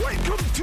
Welcome to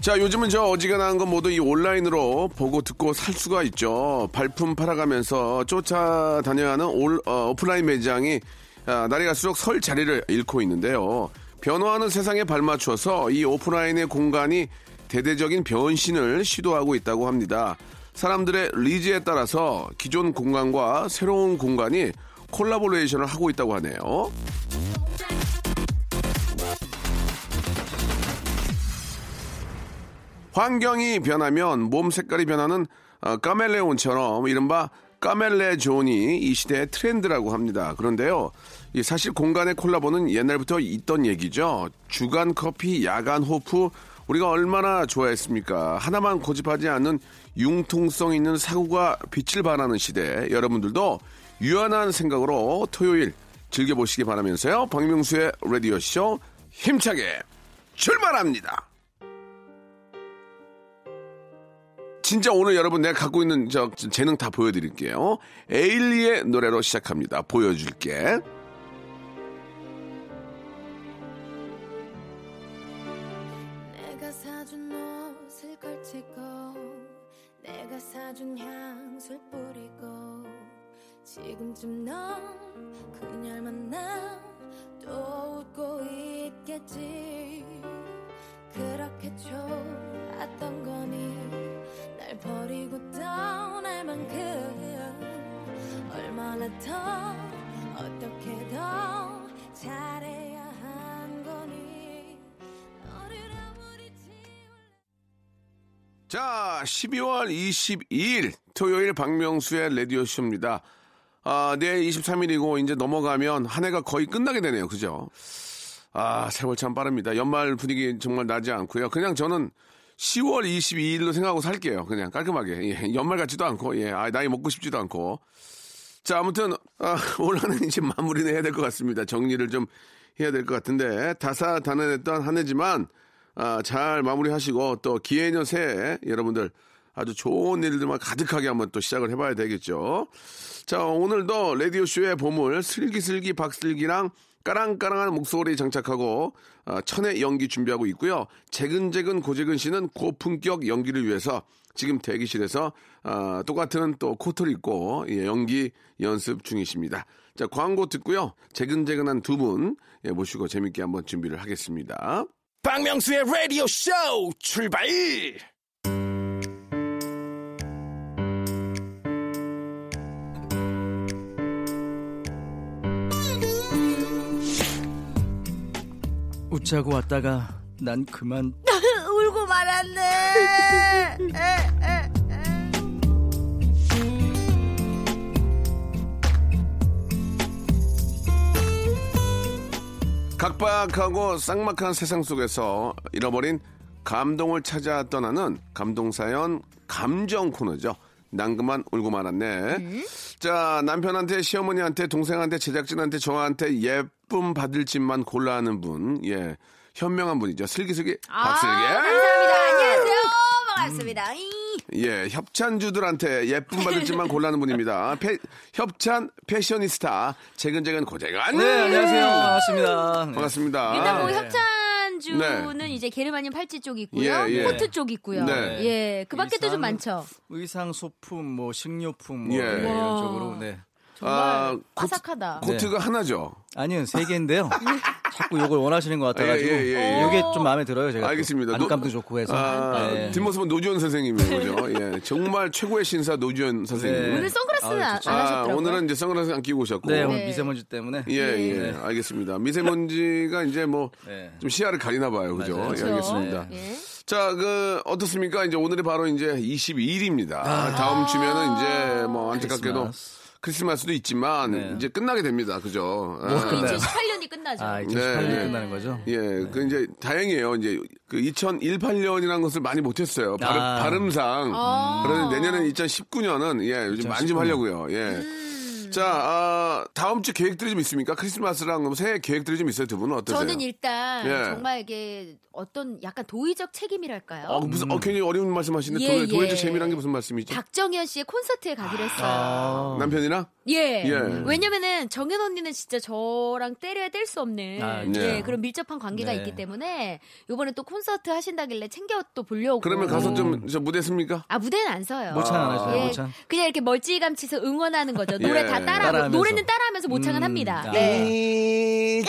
자 요즘은 저 어지간한 건 모두 이 온라인으로 보고 듣고 살 수가 있죠 발품 팔아가면서 쫓아다녀야 하는 올, 어, 오프라인 매장이 아, 날이 갈수록 설 자리를 잃고 있는데요 변화하는 세상에 발맞춰서 이 오프라인의 공간이 대대적인 변신을 시도하고 있다고 합니다 사람들의 리즈에 따라서 기존 공간과 새로운 공간이 콜라보레이션을 하고 있다고 하네요 환경이 변하면 몸 색깔이 변하는 어, 까멜레온처럼 이른바 까멜레존이 이 시대의 트렌드라고 합니다. 그런데요, 이 사실 공간의 콜라보는 옛날부터 있던 얘기죠. 주간 커피, 야간 호프 우리가 얼마나 좋아했습니까? 하나만 고집하지 않는 융통성 있는 사고가 빛을 발하는 시대. 여러분들도 유연한 생각으로 토요일 즐겨보시기 바라면서요. 박명수의 라디오 쇼 힘차게 출발합니다. 진짜 오늘 여러분 내가 갖고 있는 저 재능 다 보여드릴게요. 에일리의 노래로 시작합니다. 보여줄게. 내가 사준 옷을 걸치고 내가 사준 향수를 뿌리고 지금쯤 넌 그녀를 만나 또 웃고 있겠지 그렇게 좋았던 거니 날 버리고 떠날 만큼 얼마나 더 어떻게 더 잘해야 한 거니 너를 아무리 지울 자, 12월 22일 토요일 박명수의 라디오 쇼입니다. 아, 내일 23일이고 이제 넘어가면 한 해가 거의 끝나게 되네요. 그죠? 아, 세월 참 빠릅니다. 연말 분위기 정말 나지 않고요. 그냥 저는 10월 22일로 생각하고 살게요. 그냥 깔끔하게. 예, 연말 같지도 않고, 예, 아, 나이 먹고 싶지도 않고. 자, 아무튼, 아, 올 한해 이제 마무리는 해야 될 것 같습니다. 정리를 좀 해야 될 것 같은데, 다사다난했던 한 해지만, 아, 잘 마무리하시고, 또 기해년 새해 여러분들 아주 좋은 일들만 가득하게 한번 또 시작을 해봐야 되겠죠. 자, 오늘도 라디오쇼의 보물, 슬기슬기 박슬기랑 까랑까랑한 목소리 장착하고, 아, 천의 연기 준비하고 있고요. 재근재근 고재근 씨는 고품격 연기를 위해서 지금 대기실에서 아, 똑같은 또 코트를 입고 예, 연기 연습 중이십니다. 자 광고 듣고요. 재근재근한 두 분 예, 모시고 재밌게 한번 준비를 하겠습니다. 박명수의 Radio Show 출발. 웃자고 왔다가 난 그만 울고 말았네. 각박하고 쌍막한 세상 속에서 잃어버린 감동을 찾아 떠나는 감동사연 감정 코너죠. 난그만 울고 말았네. 자, 남편한테, 시어머니한테, 동생한테, 제작진한테, 저한테 예쁨 받을 집만 골라 하는 분. 예. 현명한 분이죠. 슬기슬기 아, 박슬기. 감사합니다. 안녕하세요. 반갑습니다. 이. 예, 협찬주들한테 예쁨 받을 집만 골라는 분입니다. 패- 협찬 패셔니스타 재근재근 고재근. 네 안녕하세요 반갑습니다 네. 반갑습니다. 일단 뭐 네. 협찬주는 이제 게르마늄 팔찌 쪽 있고요. 네. 예, 예. 코트 쪽 있고요. 네. 예. 그 밖에 또 일상- 좀 많죠. 의상 소품 뭐 식료품 뭐 예. 이런 와. 쪽으로 네 정말 아, 곧- 화삭하다. 코트가 하나죠. 아니요 세 개인데요 자꾸 요걸 원하시는 것 같아가지고 예, 예, 예, 예. 이게 좀 마음에 들어요 제가 또. 알겠습니다. 안감도 노- 좋고 해서 아, 네. 뒷모습은 노지원 선생님인 거죠. 예, 정말 최고의 신사 노지원 선생님. 네. 오늘 선글라스는 아, 안, 좋죠. 안 아, 하셨더라고요. 오늘은 이제 선글라스 안 끼고 오셨고. 네, 오늘 네. 미세먼지 때문에 예, 예, 알겠습니다. 미세먼지가 이제 뭐 좀 네. 시야를 가리나 봐요. 그죠? 맞아요. 예, 그렇죠? 알겠습니다. 예. 자, 그 어떻습니까? 이제 오늘이 바로 이제 22일입니다. 다음 주면은 이제 뭐 안타깝게도 크리스마스, 크리스마스. 크리스마스도 있지만 네. 이제 끝나게 됩니다. 그죠? 아, 뭐가 끝나요? 이제 18년이 끝나죠. 아, 네, 2018년 네. 끝나는 거죠? 예, 그 이제 다행이에요. 이제 그 2018년이라는 것을 많이 못했어요. 발음, 아. 발음상. 아. 그런데 내년에는 2019년은 예, 요즘 많이 좀 2019년. 하려고요. 예. 음. 자, 아, 다음 주 계획들이 좀 있습니까? 크리스마스랑 그럼 새해 계획들이 좀 있어요. 두 분은 어떠세요? 저는 일단 예. 정말 이게 어떤 약간 도의적 책임이랄까요? 어, 무슨 어, 굉장히 어려운 말씀하시는데 예, 도의, 도의적 예. 재미란 게 무슨 말씀이죠? 박정현 씨의 콘서트에 가기로 했어요. 남편이랑? 예. 아. 예. 왜냐면은 정현 언니는 진짜 저랑 때려야 뗄 수 없는 아, 네. 예, 그런 밀접한 관계가 네. 있기 때문에 요번에 또 콘서트 하신다길래 챙겨 또 보려고. 그러면 가서 음. 좀 저 무대 씁니까? 아 무대는 안 서요. 모창 안 하시나요? 예, 모창? 그냥 이렇게 멀찌감치서 응원하는 거죠. 노래 다 예. 따라 하고 따라하면서. 노래는 따라하면서 모창은 음, 합니다. 아. 네. 이젠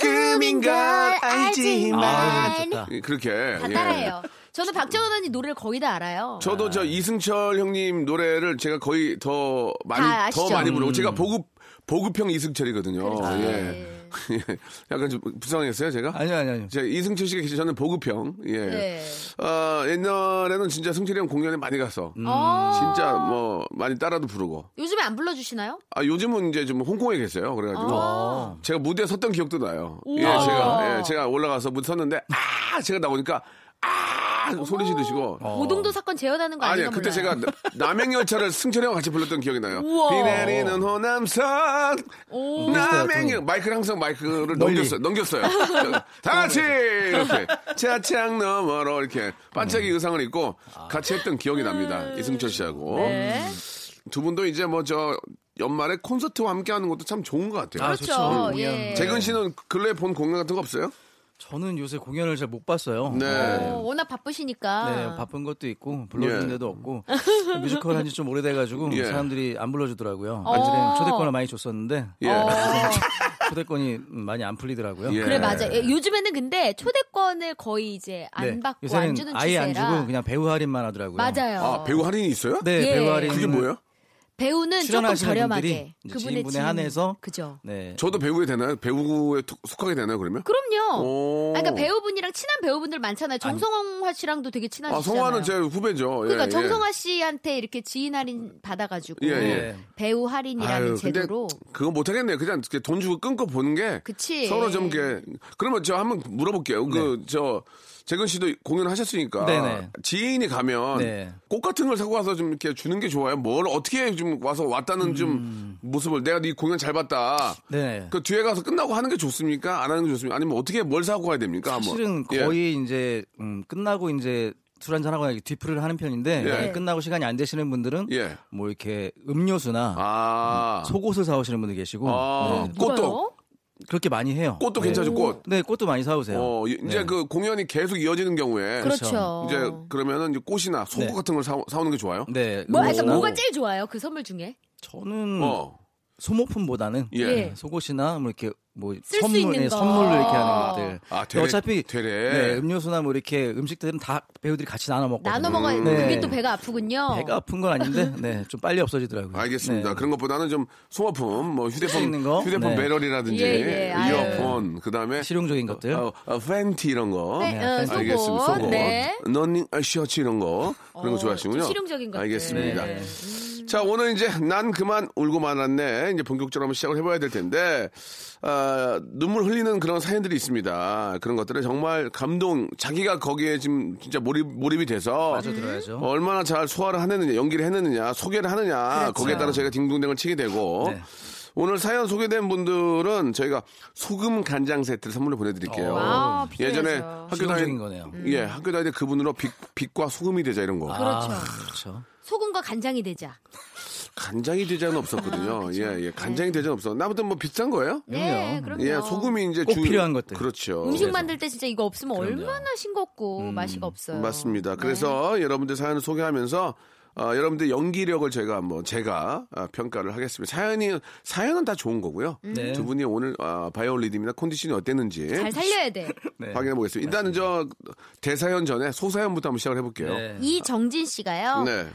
꿈인 걸 알지만 아, 좋다. 예, 그렇게. 다 예. 따라해요. 저는 박정현 언니 노래를 거의 다 알아요. 저도 저 이승철 형님 노래를 제가 거의 더 많이 다 아시죠? 더 많이 부르고 음. 제가 보급 보급형 이승철이거든요. 그렇죠. 예. 예. 약간 좀 불쌍했어요 제가. 아니요, 아니요, 아니요. 제가 이승철 씨가 계시 저는 보급형. 예. 네. 어, 옛날에는 진짜 승철이 형 공연에 많이 가서 음. 어, 진짜 뭐 많이 따라도 부르고. 요즘에 안 불러주시나요? 아 요즘은 이제 좀 홍콩에 계세요. 그래가지고 제가 무대에 섰던 기억도 나요. 예, 아. 우와. 아. 제가 예, 제가 올라가서 무대 섰는데 아 제가 나오니까 아 소리 지르시고 오동도 사건 재현하는 거 아니요, 아닌가 그때 몰라요. 제가 남행열차를 승철이랑 같이 불렀던 기억이 나요. 우와. 비 내리는 호남선 오. 남행열 마이크를 항상 마이크를 멀리. 넘겼어요. 넘겼어요. 다 같이 이렇게 차창 너머로 이렇게 반짝이 음. 의상을 입고 같이 했던 기억이 납니다. 이승철 씨하고 네. 음. 두 분도 이제 뭐 저 연말에 콘서트와 함께하는 것도 참 좋은 것 같아요. 아, 그렇죠. 좋죠. 예. 재근 씨는 근래 에본 공연 같은 거 없어요? 저는 요새 공연을 잘 못 봤어요. 네. 어, 워낙 바쁘시니까. 네, 바쁜 것도 있고 불러주는 예. 데도 없고 뮤지컬 한 지 좀 오래돼가지고 예. 사람들이 안 불러주더라고요. 어. 예전에 초대권을 많이 줬었는데 어, 예. 초대권이 많이 안 풀리더라고요. 예. 그래 맞아. 예, 요즘에는 근데 초대권을 거의 이제 안 네, 받고 요새는 안 주는 아예 추세라. 안 주고 그냥 배우 할인만 하더라고요. 맞아요. 아 배우 할인이 있어요? 네, 예. 배우 할인. 그게 뭐예요? 배우는 조금 출연하시는 저렴하게 분들이 이제 지인분에 한해서 그죠. 네. 저도 배우에 되나요? 배우에 톡- 속하게 되나요 그러면? 그럼요. 오. 아, 그러니까 배우분이랑 친한 배우분들 많잖아요. 정성화 씨랑도 되게 친하시잖아요. 아, 성화는 제 후배죠. 예, 그러니까 예. 정성화 씨한테 이렇게 지인 할인 받아가지고 예, 예. 네. 배우 할인이라는 아유, 근데 제도로 그거 못하겠네요. 그냥 이렇게 돈 주고 끊고 보는 게 그치. 서로 좀 이렇게 그러면 저 한번 물어볼게요. 그 저 재근 씨도 공연하셨으니까 네. 네네. 지인이 가면 네. 꽃 같은 걸 사고 와서 좀 이렇게 주는 게 좋아요. 뭘 어떻게 좀 와서 왔다는 좀 모습을 내가 네 공연 잘 봤다. 음. 네. 그 뒤에 가서 끝나고 하는 게 좋습니까? 안 하는 게 좋습니까? 아니면 어떻게 뭘 사고 가야 됩니까? 한번. 사실은 예. 거의 이제 음, 끝나고 이제 술 한잔 하거나 이렇게 뒤풀이를 하는 편인데 네. 예. 끝나고 시간이 안 되시는 분들은 예. 뭐 이렇게 음료수나 아. 속옷을 사오시는 분들 계시고 아, 네, 꽃도 뭐요? 그렇게 많이 해요. 꽃도 네. 괜찮죠 꽃. 네, 꽃도 많이 사오세요. 어, 이- 이제 네. 그 공연이 계속 이어지는 경우에 그렇죠. 이제 그러면은 이제 꽃이나 속옷 어. 네. 같은 걸 사, 사오는 게 좋아요. 네. 뭐, 그러니까 음료수나 뭐가 제일 좋아요? 그 선물 중에 저는 어, 소모품보다는 예. 예. 속옷이나 뭐 이렇게 뭐 쓸수 선물, 있는 네, 거. 선물로 이렇게 하는 것들. 아, 되레- 어차피 되레. 네, 음료수나 뭐 이렇게 음식들은 다 배우들이 같이 나눠 먹고 나눠 먹어야 음. 네. 그게 또 배가 아프군요. 배가 아픈 건 아닌데 네, 좀 빨리 없어지더라고요. 알겠습니다. 네. 그런 것보다는 좀 소모품, 뭐 휴대폰, 있는 거? 휴대폰 네. 배럴이라든지 예, 예, 아유. 이어폰, 그 다음에 실용적인 것들. 어, 어, 팬티 이런 거. 네, 어, 속옷. 아, 알겠습니다. 속옷. 네. 러닝 아, 셔츠 이런 거. 그런 거 어, 좋아하시군요. 좀 실용적인 것들. 알겠습니다. 음. 네. 자, 오늘 이제 난 그만 울고 말았네. 이제 본격적으로 한번 시작을 해봐야 될 텐데, 아, 눈물 흘리는 그런 사연들이 있습니다. 그런 것들을 정말 감동, 자기가 거기에 지금 진짜 몰입, 몰입이 돼서 그렇죠. 들어야죠. 뭐 얼마나 잘 소화를 하느냐, 연기를 했느냐, 소개를 하느냐, 거기에 따라 저희가 딩동댕을 치게 되고, 그렇죠. 네. 오늘 사연 소개된 분들은 저희가 소금 간장 세트를 선물로 보내드릴게요. 와우, 예전에 비싸야죠. 학교 다닐 어, 실용적인 거네요. 예 학교 다닐 때 그분으로 빛, 빛과 소금이 되자 이런 거. 그렇죠. 아, 그렇죠. 소금과 간장이 되자. 간장이 되자는 아, 없었거든요. 그렇죠. 예예 간장이 되자는 없어. 나부터 뭐 비싼 거예요? 네, 그럼요. 예 소금이 이제 꼭 필요한 것들. 그렇죠. 음식 그래서. 만들 때 진짜 이거 없으면 얼마나 싱겁고 맛이 없어요. 음, 맞습니다. 그래서 여러분들 사연을 소개하면서 어, 여러분들 연기력을 제가 한번 제가 아, 평가를 하겠습니다. 사연이 사연은 다 좋은 거고요. 네. 두 분이 오늘 아, 바이올리듬이나 컨디션이 어땠는지 잘 살려야 돼. 네. 확인해 보겠습니다. 일단은 어. 저 대사연 전에 소사연부터 한번 시작을 해볼게요. 네. 이정진 씨가요. 예. 네.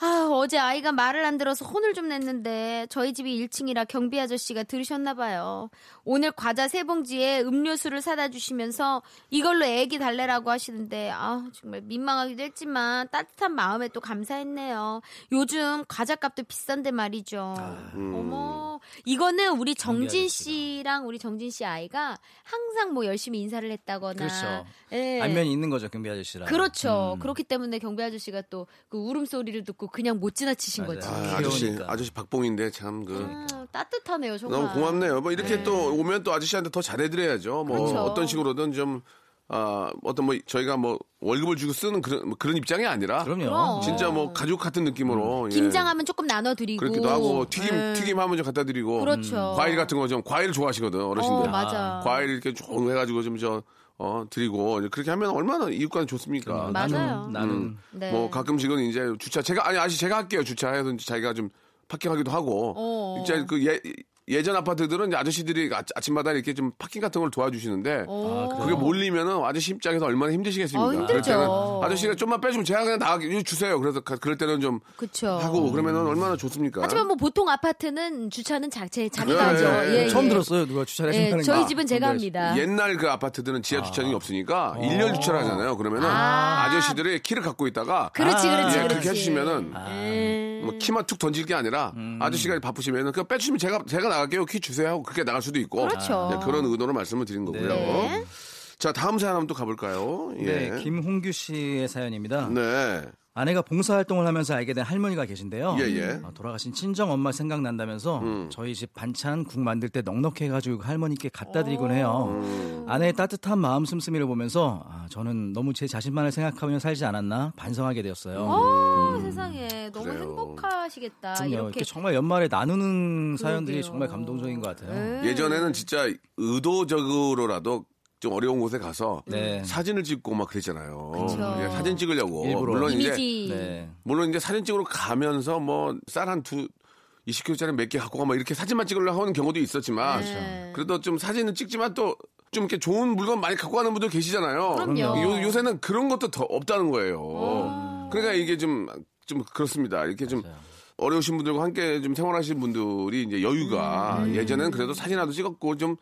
아, 어제 아이가 말을 안 들어서 혼을 좀 냈는데 저희 집이 1층이라 경비 아저씨가 들으셨나 봐요. 오늘 과자 세 봉지에 음료수를 사다 주시면서 이걸로 애기 달래라고 하시는데 아, 정말 민망하기도 했지만 따뜻한 마음에 또 감사했네요. 요즘 과자값도 비싼데 말이죠. 아, 음. 어머. 이거는 우리 정진 씨랑 우리 정진 씨 아이가 항상 뭐 열심히 인사를 했다거나 그렇죠. 예. 안면이 있는 거죠 경비 아저씨랑. 음. 그렇죠. 그렇기 때문에 경비 아저씨가 또 그 울음소리를 듣고 그냥 못 지나치신 맞아요. 거지. 아, 아저씨, 귀여우니까. 아저씨 박봉인데 참 그. 아, 따뜻하네요, 정말. 너무 고맙네요. 뭐 이렇게 또 오면 또 아저씨한테 더 잘해드려야죠. 뭐 그렇죠. 어떤 식으로든 좀 아, 어떤 뭐 저희가 뭐 월급을 주고 쓰는 그런 뭐 그런 입장이 아니라 그럼요. 그럼. 진짜 뭐 가족 같은 느낌으로 예. 어. 음. 김장하면 조금 나눠드리고. 그렇기도 하고 튀김 네. 튀김 하면 좀 갖다 드리고 음. 그렇죠. 과일 같은 거 좀 과일 좋아하시거든 어르신들. 어, 맞아. 과일 이렇게 쭉 해가지고 좀 저 어, 드리고 이제 그렇게 하면 얼마나 이웃간 좋습니까? 음, 맞- 나는 맞아요. 나는 네. 뭐 가끔씩은 이제 주차 제가 아니 아시 제가 할게요 주차해서 자기가 좀 파킹하기도 하고 어. 이제 그 예, 예전 아파트들은 이제 아저씨들이 아, 아침마다 이렇게 좀 파킹 같은 걸 도와주시는데 어. 그게 몰리면은 아저씨 입장에서 얼마나 힘드시겠습니까? 어, 그럴 힘들죠. 때는 아저씨가 좀만 빼주면 제가 그냥 나가게 이거 주세요. 그래서 가- 그럴 때는 좀 그쵸. 하고 뭐 그러면은 얼마나 좋습니까? 하지만 뭐 보통 아파트는 주차는 자체 예, 자기가 하죠. 예, 예. 처음 들었어요 누가 주차를 예, 하신다는 저희 거. 집은 제가 합니다. 옛날 그 아파트들은 지하 주차장이 어. 없으니까 일렬 주차를 하잖아요. 그러면은 아. 아~ 저씨들이 키를 갖고 있다가 그렇지, 그렇지, 예, 그렇지. 그렇게 해주시면은 아. 예. 뭐 키만 툭 던질 게 아니라 음. 아저씨가 바쁘시면은 그 빼주시면 제가 제가 나갈게요 키 주세요 하고 그게 나갈 수도 있고 그렇죠. 예, 그런 의도로 말씀을 드린 거고요. 네. 자 다음 사연 한번 또 가볼까요? 예. 네, 김홍규 씨의 사연입니다. 네. 아내가 봉사활동을 하면서 알게 된 할머니가 계신데요. 예, 음. 예. 아, 돌아가신 친정 엄마 생각난다면서 저희 집 반찬 국 만들 때 넉넉해 가지고 그 할머니께 갖다 드리곤 어. 해요. 아내의 따뜻한 마음 씀씀이를 보면서 아, 저는 너무 제 자신만을 생각하며 살지 않았나 반성하게 되었어요. 어, 세상에 너무 음. 그래요. 행복하시겠다. 그럼요. 이렇게 이렇게 정말 연말에 나누는 사연들이 그러게요. 네. 정말 감동적인 것 같아요. 예전에는 진짜 의도적으로라도 좀 어려운 곳에 가서 네. 사진을 찍고 막 그랬잖아요. 그쵸. 예, 사진 찍으려고 일부러. 물론 이제 이미지 네. 물론 이제 사진 찍으러 가면서 뭐 쌀 한두 20kg짜리 몇 개 갖고 가막 뭐 이렇게 사진만 찍으려고 하는 경우도 있었지만 네. 그래도 좀 사진은 찍지만 또 좀 이렇게 좋은 물건 많이 갖고 가는 분들 계시잖아요. 그럼요. 아. 요, 새는 그런 것도 더 없다는 거예요. 그러니까 이게 좀 좀 그렇습니다. 이렇게 좀 어려우신 분들과 함께 좀 생활하시는 분들이 이제 여유가 음. 예전에는 그래도 사진이라도 찍었고 좀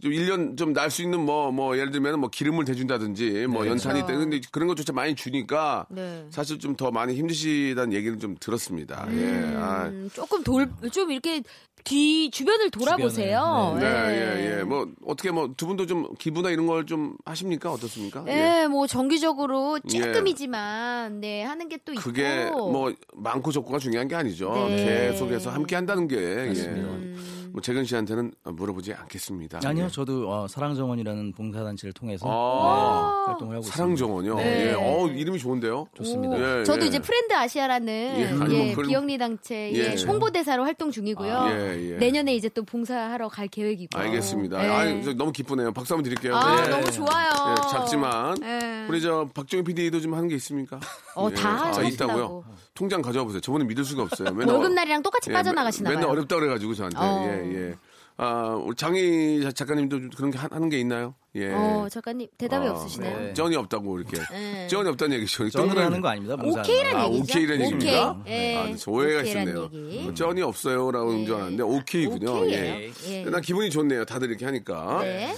좀 1년 좀 날 수 있는 뭐 뭐 예를 들면 뭐 기름을 대준다든지 뭐 연탄이 있다. 근데 그런 것조차 많이 주니까 그렇죠. 네. 사실 좀 더 많이 힘드시다는 얘기를 좀 들었습니다. 예. 아. 음, 조금 돌, 좀 이렇게 뒤 주변을 돌아보세요. 네, 예. 예, 예. 뭐 어떻게 뭐 두 분도 좀 기부나 이런 걸 좀 하십니까? 어떻습니까? 예. 예, 뭐 정기적으로 예. 조금이지만 네 하는 게 또 있고. 그게 뭐 많고 적고가 중요한 게 아니죠. 어. 네. 음. 계속해서 함께 한다는 게 예. 뭐 재근 씨한테는 물어보지 않겠습니다. 아니요, 예. 저도 어, 사랑정원이라는 봉사단체를 통해서 아. 네, 활동을 하고 있습니다. 사랑정원요. 네. 예. 어 이름이 좋은데요. 좋습니다. 예, 예. 저도 이제 프렌드 아시아라는 예, 아니, 뭐 예, 그런- 비영리 단체 예. 예, 홍보대사로 활동 중이고요. 아, 예, 예. 내년에 이제 또 봉사하러 갈 계획이고. 알겠습니다. 예. 아니, 저 너무 기쁘네요. 박수 한번 드릴게요. 아, 예. 너무 좋아요. 예, 작지만 예. 우리 저 박정희 PD도 좀 하는 게 있습니까? 어, 다 아, 하신다고. 있다고요. 통장 가져와 보세요. 저번에 믿을 수가 없어요. 맨날 월급날이랑 똑같이 예, 빠져나가시나 맨날 봐요. 어렵다 그래가지고 저한테 예 어. 예. 아 우리 장희 자- 작가님도 좀 그런 게 하- 하는 게 있나요? 예. 어, 작가님 대답이 아, 없으시네요. 네. 쩐이 없다고 이렇게. 예. 쩐이 없다는 얘기죠. 저는 동그라미. 하는 거 아닙니다. 봉사하는 거. 오케이란 아, 얘기죠. 오케이라는 얘기입니까? 오케이. 예. 아, 저 오해가 오케이라는 있었네요. 얘기. 예. 뭐 쩐이 없어요라고 하는 줄 알았는데 오케이군요. 오케이예요. 예. 예. 난 기분이 좋네요. 다들 이렇게 하니까. 네.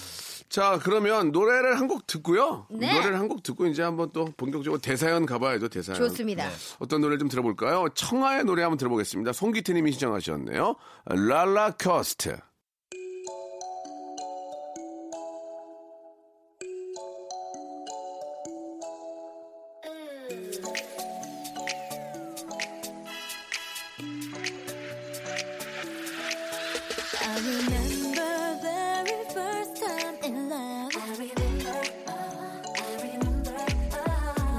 자, 그러면 노래를 한 곡 듣고요. 네. 노래를 한 곡 듣고 이제 한번 또 본격적으로 대사연 가봐야죠. 대사연. 좋습니다. 어떤 노래 좀 들어볼까요? 청하의 노래 한번 들어보겠습니다. 송기태님이 신청하셨네요. 랄라 커스트. I remember very first time in love. I remember, I remember.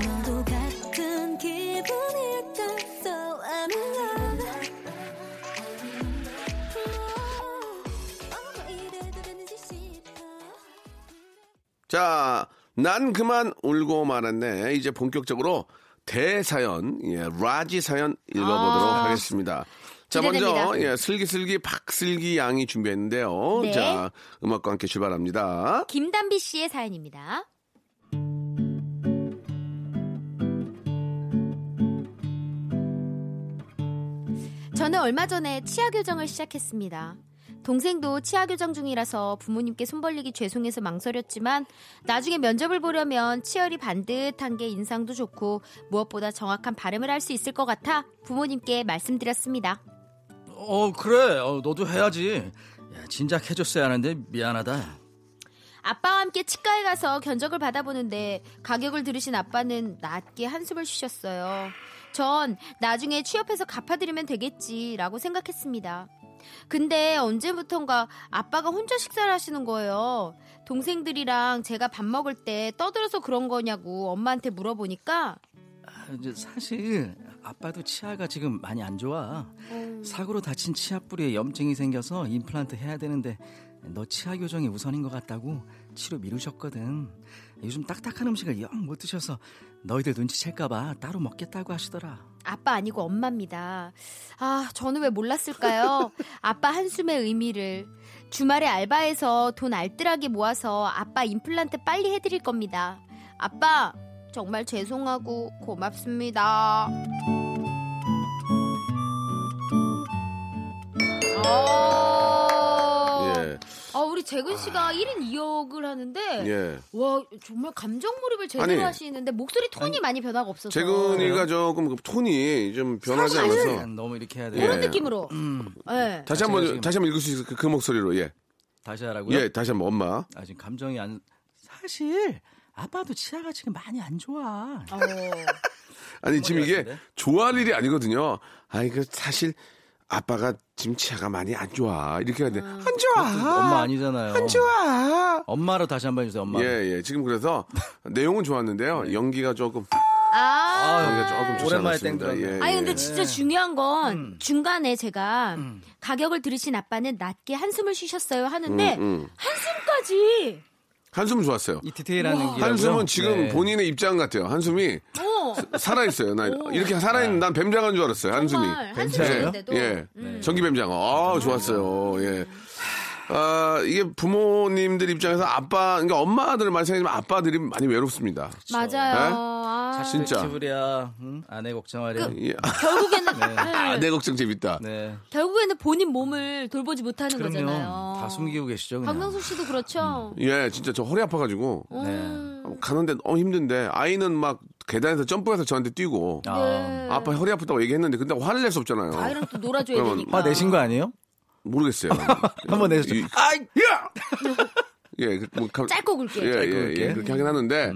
너도 같은 기분일까? So I'm in love. 뭐 이래 되는지 싶어. 자, 난 그만 울고 말았네. 이제 본격적으로 대사연, 예, 라지 사연 읽어보도록 아. 하겠습니다. 자, 기대됩니다. 먼저, 예, 슬기슬기 박슬기 양이 준비했는데요. 네. 자, 음악과 함께 출발합니다. 김담비 씨의 사연입니다. 저는 얼마 전에 치아 교정을 시작했습니다. 동생도 치아 교정 중이라서 부모님께 손 벌리기 죄송해서 망설였지만 나중에 면접을 보려면 치열이 반듯한 게 인상도 좋고 무엇보다 정확한 발음을 할 수 있을 것 같아 부모님께 말씀드렸습니다. 어 그래 어, 너도 해야지 야, 진작 해줬어야 하는데 미안하다 아빠와 함께 치과에 가서 견적을 받아보는데 가격을 들으신 아빠는 낮게 한숨을 쉬셨어요. 전 나중에 취업해서 갚아드리면 되겠지라고 생각했습니다. 근데 언제부턴가 아빠가 혼자 식사를 하시는 거예요. 동생들이랑 제가 밥 먹을 때 떠들어서 그런 거냐고 엄마한테 물어보니까 아, 이제 사실 아빠도 치아가 지금 많이 안 좋아 사고로 다친 치아 뿌리에 염증이 생겨서 임플란트 해야 되는데 너 치아 교정이 우선인 것 같다고 치료 미루셨거든 요즘 딱딱한 음식을 영 못 드셔서 너희들 눈치챌까봐 따로 먹겠다고 하시더라 아빠 아니고 엄마입니다. 아, 저는 왜 몰랐을까요? 아빠 한숨의 의미를. 주말에 알바해서 돈 알뜰하게 모아서 아빠 임플란트 빨리 해드릴 겁니다. 아빠, 정말 죄송하고 고맙습니다. 어... 예. 아, 우리 재근 씨가 1인 2역을 하는데 예. 와 정말 감정 몰입을 제대로 아니. 하시는데 목소리 톤이 많이 변화가 없어서 재근이가 조금 그 톤이 좀 변하지 사실은- 않아서 그냥 너무 이렇게 해야 돼 그런 예. 느낌으로 예. 다시 지금- 한번 다시 한번 읽을 수 있을 그, 그 목소리로 예. 다시 하라고요? 예, 다시 한번 엄마. 아 지금 감정이 안 사실 아빠도 치아가 지금 많이 안 좋아 어. 아니 지금 이게 같은데? 좋아할 일이 아니거든요. 아니 그 사실 아빠가 지금 치아가 많이 안 좋아 이렇게 하는데 안 좋아. 엄마 아니잖아요 안 좋아. 엄마로 다시 한 번 해주세요 엄마 예예 지금 그래서 내용은 좋았는데요 연기가 조금 아. 연기가 조금 좋지 네. 오랜만에 않았습니다. 땡 들었네. 예, 음. 아니 예. 근데 진짜 중요한 건 중간에 제가 음. 가격을 들으신 아빠는 낮게 한숨을 쉬셨어요 음, 하는데 한숨까지 한숨 좋았어요. 이 디테일한 얘기라고요? 한숨은 지금 네. 본인의 입장 같아요. 한숨이 어 살아 있어요. 나 이렇게 살아 있는 난 뱀장어인 줄 알았어요. 한숨이. 정말 네. 뱀장어요? 네. 한숨인데도 음. 예. 전기 뱀장어. 아, 좋았어요. 예. 아, 이게 부모님들 입장에서 아빠, 그러니까 엄마들 많이 생각하지만 아빠들이 많이 외롭습니다. 맞아요. 네? 아, 자식들 진짜. 키우랴 응? 아내 걱정하랴 그 예. 결국에는 아, 내 걱정 재밌다. 네 결국에는 본인 몸을 돌보지 못하는 거잖아요. 그럼요 다 숨기고 계시죠 그냥 박명수 씨도 그렇죠. 예, 진짜 저 허리 아파가지고. 음. 네. 가는데 너무 힘든데 아이는 막 계단에서 점프해서 저한테 뛰고 아, 네. 아빠 허리 아프다고 얘기했는데 근데 화를 낼 수 없잖아요. 아이랑 또 놀아줘야 예. 그러면 되니까. 화 내신 거 음. 아니에요? 모르겠어요. 한번 내셨죠? 이- 야! 예, 그- 뭐, 감- 짧고 굵게. 음. 예, 짧고 예, 굵게. 예, 그렇게 하긴 하는데,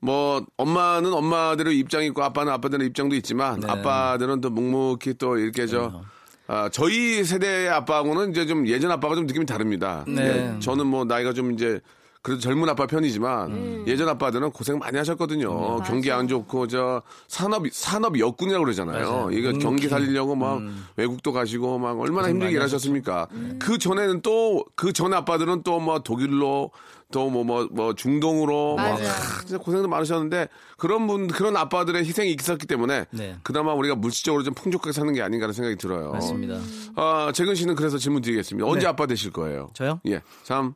뭐, 엄마는 엄마들의 입장이 있고, 아빠는 아빠들의 입장도 있지만, 네. 아빠들은 또 묵묵히 또 이렇게 저, 아, 저희 세대의 아빠하고는 이제 좀 예전 아빠가 좀 느낌이 다릅니다. 네. 예, 저는 뭐 나이가 좀 이제, 그래도 젊은 아빠 편이지만 음. 예전 아빠들은 고생 많이 하셨거든요. 경기 안 좋고 저 산업 산업 여군이라고 그러잖아요. 맞아요. 이거 경기 묵묵히. 살리려고 막 외국도 가시고 막 얼마나 힘들게 많이 일하셨. 습니까 않습니까? 그 전에는 또 그 전 아빠들은 또 뭐 독일로 또 뭐 뭐 뭐 중동으로 막 맞아요. 하, 진짜 고생도 많으셨는데 그런 분 그런 아빠들의 희생이 있었기 때문에 네. 그나마 우리가 물질적으로 좀 풍족하게 사는 게 아닌가라는 생각이 들어요. 맞습니다 아, 재근 씨는 그래서 질문 드리겠습니다. 언제 네. 아빠 되실 거예요? 저요? 예. 참.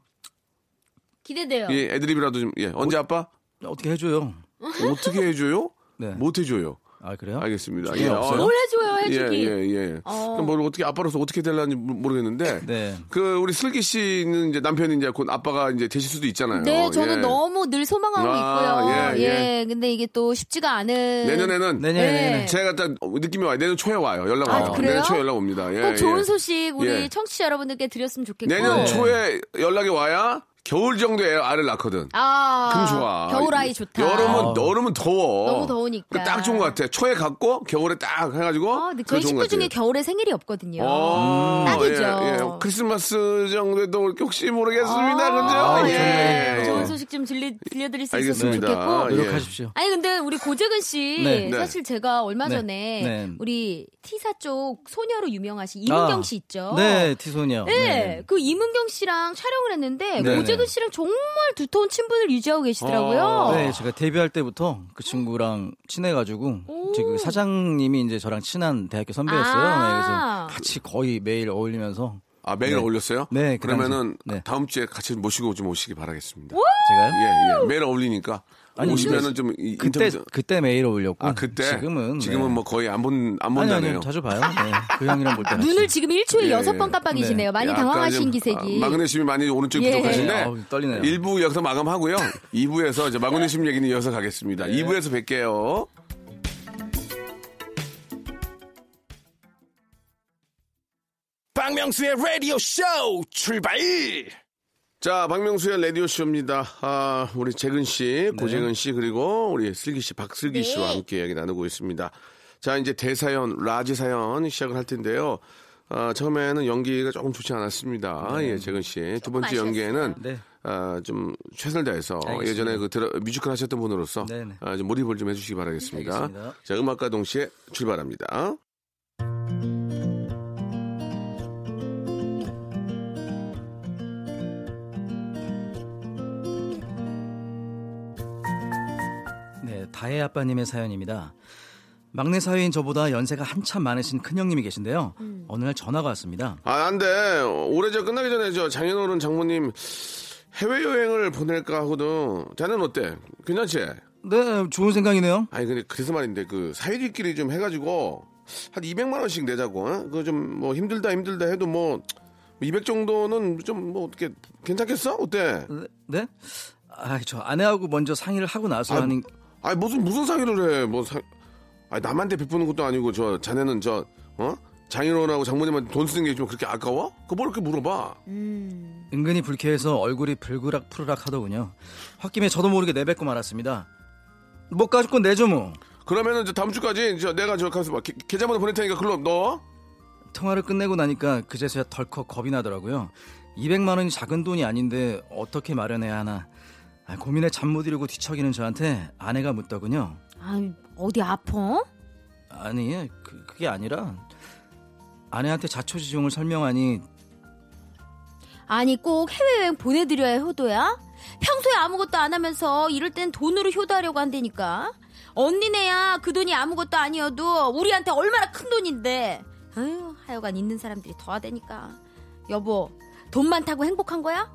기대돼요. 예, 애드립이라도 좀 예. 언제 아빠? 어떻게 해줘요? 어떻게 해 줘요? 네. 못해 줘요. 아 그래요? 알겠습니다. 전혀 어, 없어요? 뭘 해줘요 예, 해주기. 예, 예. 어. 그럼 뭘 어떻게 아빠로서 어떻게 되려는지 모르- 모르겠는데. 네. 그 우리 슬기 씨는 이제 남편이 이제 곧 아빠가 이제 되실 수도 있잖아요. 네, 저는 예. 너무 늘 소망하고 아, 예, 있고요. 예, 예. 근데 이게 또 쉽지가 않은. 내년에는 내년에 네. 아, 내년에. 제가 딱 느낌이 와요. 내년 초에 와요. 연락 와요. 그래요? 내년 초에 연락 옵니다. 예, 꼭 좋은 예. 소식 우리 예. 청취자 여러분들께 드렸으면 좋겠고. 내년 네. 초에 연락이 와야 겨울 정도에 알을 낳거든. 아, 그럼 좋아. 겨울 아이 좋다. 여름은 아. 여름은 더워. 너무 더우니까. 그러니까 딱 좋은 것 같아. 초에 갖고 겨울에 딱 해가지고. 어, 근데 그거 저희 좋은 식구 것 중에 같아요. 겨울에 생일이 없거든요. 어, 딱이죠. 예, 예. 크리스마스 정도에도 올게 혹시 모르겠습니다. 그죠? 아, 예. 예. 좋은 소식 좀 들리, 들려드릴 수 있으면 알겠습니다. 좋겠고. 예. 노력하십시오 아니 근데 우리 고재근 씨 네. 네. 사실 제가 얼마 네. 전에 네. 우리 티사 쪽 소녀로 유명하신 예. 이문경 아, 씨 있죠. 네 티소녀 네, 그 이문경 씨랑 촬영을 했는데 네. 고재근 씨랑 정말 두터운 친분을 유지하고 계시더라고요. 어. 네, 제가 데뷔할 때부터 그 친구랑 친해가지고 오. 제그 사장님이 이제 저랑 친한 대학교 선배였어요. 아. 네, 그래서 같이 거의 매일 어울리면서 아, 매일 어울렸어요? 네, 그 그러면은 당시. 네. 다음 주에 같이 모시고 좀 오시기 바라겠습니다. 제가요? 예, 예. 매일 어울리니까 아니, 오시면은 좀 이- 그때 인터뷰 좀- 그때 메일 올렸고 아 그때 지금은 지금은 네. 뭐 거의 안 본 안 아니 본다네요. 아니 자주 봐요. 네. 그 형이랑 볼때 눈을 지금 1초에 예, 여섯 예. 번 깜빡이시네요. 많이 약간 당황하신 좀, 기색이. 아, 마그네슘이 많이 오른쪽 예. 부족하신데 네, 아우, 떨리네요. 네. 1부 여기서 마감하고요. 2부에서 이제 마그네슘 얘기는 이어서 가겠습니다. 2부에서 뵐게요. 박명수의 라디오 쇼 출발 자, 박명수의 라디오 쇼입니다. 아, 우리 재근 네. 씨, 고재근 씨 그리고 우리 슬기 씨, 박슬기 씨와 함께 이야기 나누고 있습니다. 자, 이제 대사연, 라지 사연 시작을 할 텐데요. 아, 처음에는 연기가 조금 좋지 않았습니다. 예, 재근 씨. 두 번째 아쉬웠어요. 연기에는 네. 아, 좀 최선을 다해서 알겠습니다. 예전에 그 드라- 뮤지컬 하셨던 분으로서 네네. 아, 좀 몰입을 좀 해주시기 바라겠습니다. 알겠습니다. 자, 음악과 동시에 출발합니다. 네, 다혜 아빠님의 사연입니다. 막내 사회인 저보다 연세가 한참 많으신 큰형님이 계신데요. 음. 어느 날 전화가 왔습니다. 아, 안 돼. 올해 저 끝나기 전에 저 장인어른 장모님 해외여행을 보낼까 하거든. 자넨 어때? 괜찮지? 네, 좋은 생각이네요. 아니, 근데 그래서 말인데 그 사이들끼리 좀 해가지고 한 200만원씩 내자고. 어? 그거 좀 뭐 힘들다 힘들다 해도 뭐 200 정도는 좀 뭐 어떻게 괜찮겠어? 어때? 네? 아, 저 아내하고 먼저 상의를 하고 나서 아, 하는 아니, 무슨, 무슨 사기를 해. 뭐 사... 아니, 남한테 베푸는 것도 아니고 저 자네는 저, 어? 장인어른하고 장모님한테 돈 쓰는 게 좀 그렇게 아까워? 그거 뭘 이렇게 물어봐. 은근히 불쾌해서 얼굴이 불그락 푸르락 하더군요. 홧김에 저도 모르게 내뱉고 말았습니다. 뭐 가질 건 내줘 뭐. 그러면은 저 다음 주까지 저 내가 저 가서 막 계- 계좌번호 보낼 테니까 글로 넣어. 통화를 끝내고 나니까 그제서야 덜컥 겁이 나더라고요. 200만 원이 작은 돈이 아닌데 어떻게 마련해야 하나. 아, 고민에 잠 못 이루고 뒤척이는 저한테 아내가 묻더군요. 아, 어디 아파? 아니 그, 그게 아니라 아내한테 자초지종을 설명하니 아니 꼭 해외여행 보내드려야 효도야? 평소에 아무것도 안 하면서 이럴 땐 돈으로 효도하려고 한다니까 언니네야 그 돈이 아무것도 아니어도 우리한테 얼마나 큰 돈인데 아유 하여간 있는 사람들이 더하다니까 여보 돈 많다고 행복한 거야?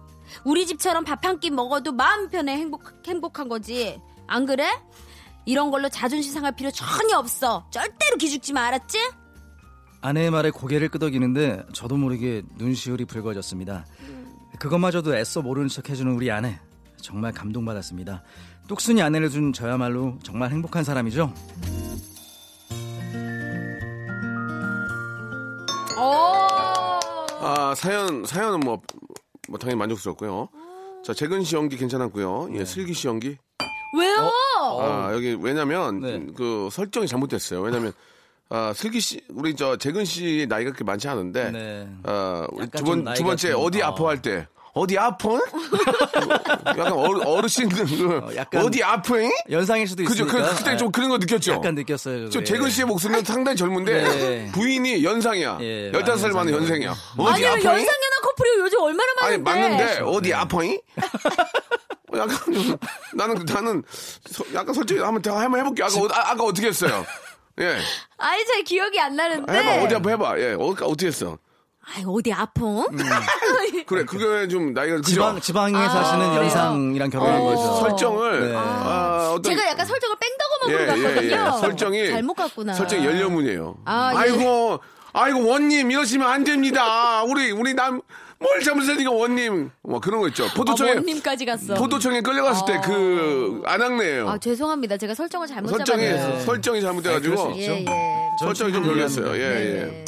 우리 집처럼 밥 한 끼 먹어도 마음 편해 행복, 행복한 거지 안 그래? 이런 걸로 자존심 상할 필요 전혀 없어 절대로 기죽지 마 알았지? 아내의 말에 고개를 끄덕이는데 저도 모르게 눈시울이 붉어졌습니다. 네. 그것마저도 애써 모르는 척 해주는 우리 아내 정말 감동받았습니다. 뚝순이 아내를 준 저야말로 정말 행복한 사람이죠. 오 아 사연 사연은 뭐, 뭐 당연히 만족스럽고요. 자 재근 씨 연기 괜찮았고요. 네. 예, 슬기 씨 연기. 왜요? 아 여기 왜냐면 네. 그 설정이 잘못됐어요. 왜냐면 아 슬기 씨 우리 저 재근 씨 나이가 그렇게 많지 않은데. 네. 아 우리 약간 두, 좀 번, 나이가 두 번째 좀- 어디 어. 아파할 때. 어디 아파? 약간 어, 르신들 어, 약간- 어디 아프잉? 연상일 수도 그죠? 있으니까 아, 그, 그때 좀 그런 거 느꼈죠? 약간 느꼈어요. 저 그게. 재근 씨의 목소리는 상당히 젊은데 네. 부인이 연상이야. 예, 15살 많은 연상이야. 연상이에요. 아니 어디 왜 아파잉? 연상연하 커플이 요즘 얼마나 아니 많은데? 예. 맞는데 어디 아파잉? 어, 약간 좀, 나는 나는 서- 약간 솔직히 한번 대 한번 해볼게. 아까 어- 아, 아까 어떻게 했어요? 예, 아니 잘 기억이 안 나는데. 해봐 어디 아파 해봐. 예, 어, 어떻게 했어? 아이 어디 아파? 음. 그래 그게 좀 나이가 그죠? 지방 지방에 아, 사시는 그래요? 연상이랑 결혼한 어. 거죠. 설정을 네. 아, 어떤 제가 약간 설정을 뺑덕어먹으로 예, 갔거든요. 예, 설정이 잘못 갔구나. 설정이 연려문이에요. 아, 아, 예. 이고 아이고 원님 이러시면 안 됩니다. 우리 우리 남 뭘 잘못했으니까 원님 뭐 그런 거 있죠. 포도청에 아, 님까지 갔어. 포도청에 끌려갔을 때 그 안악내예요. 아 죄송합니다. 제가 설정을 잘못 설정이 잡았네요. 설정이 아, 그럴 잘못돼가지고 수 있죠. 예, 예. 설정이 좀 별로였어요. 예예. 예.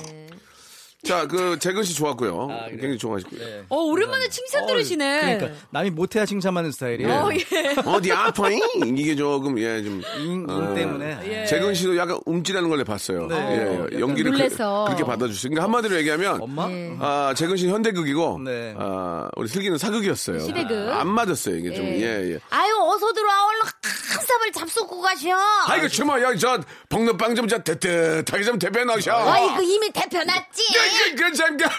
자 그 재근 씨 좋았고요. 굉장히 좋아하시고 네. 어 오랜만에 칭찬 들으시네. 그러니까 남이 못해야 칭찬받는 스타일이에요. 어 예. 어디 아파잉 이게 조금 예좀 어, 인, 인 아. 때문에 예. 재근 씨도 약간 움찔하는 걸 봤어요. 네. 예, 예. 약간 연기를 그, 놀래서. 그렇게 받아주시고 그러니까 한마디로 얘기하면 엄마 아, 재근 씨는 현대극이고, 네. 아, 우리 슬기는 사극이었어요. 아, 시대극. 안 맞았어요, 이게 좀. 예, 예. 아유 어서 들어와 얼른 큰 삽을 잡수고 가셔. 아이고, 주마, 야, 저, 복로빵 좀, 저, 뜨뜻하게 좀 대패 넣으셔. 아이고 이미 대표 났지. 그, 그, 잠깐.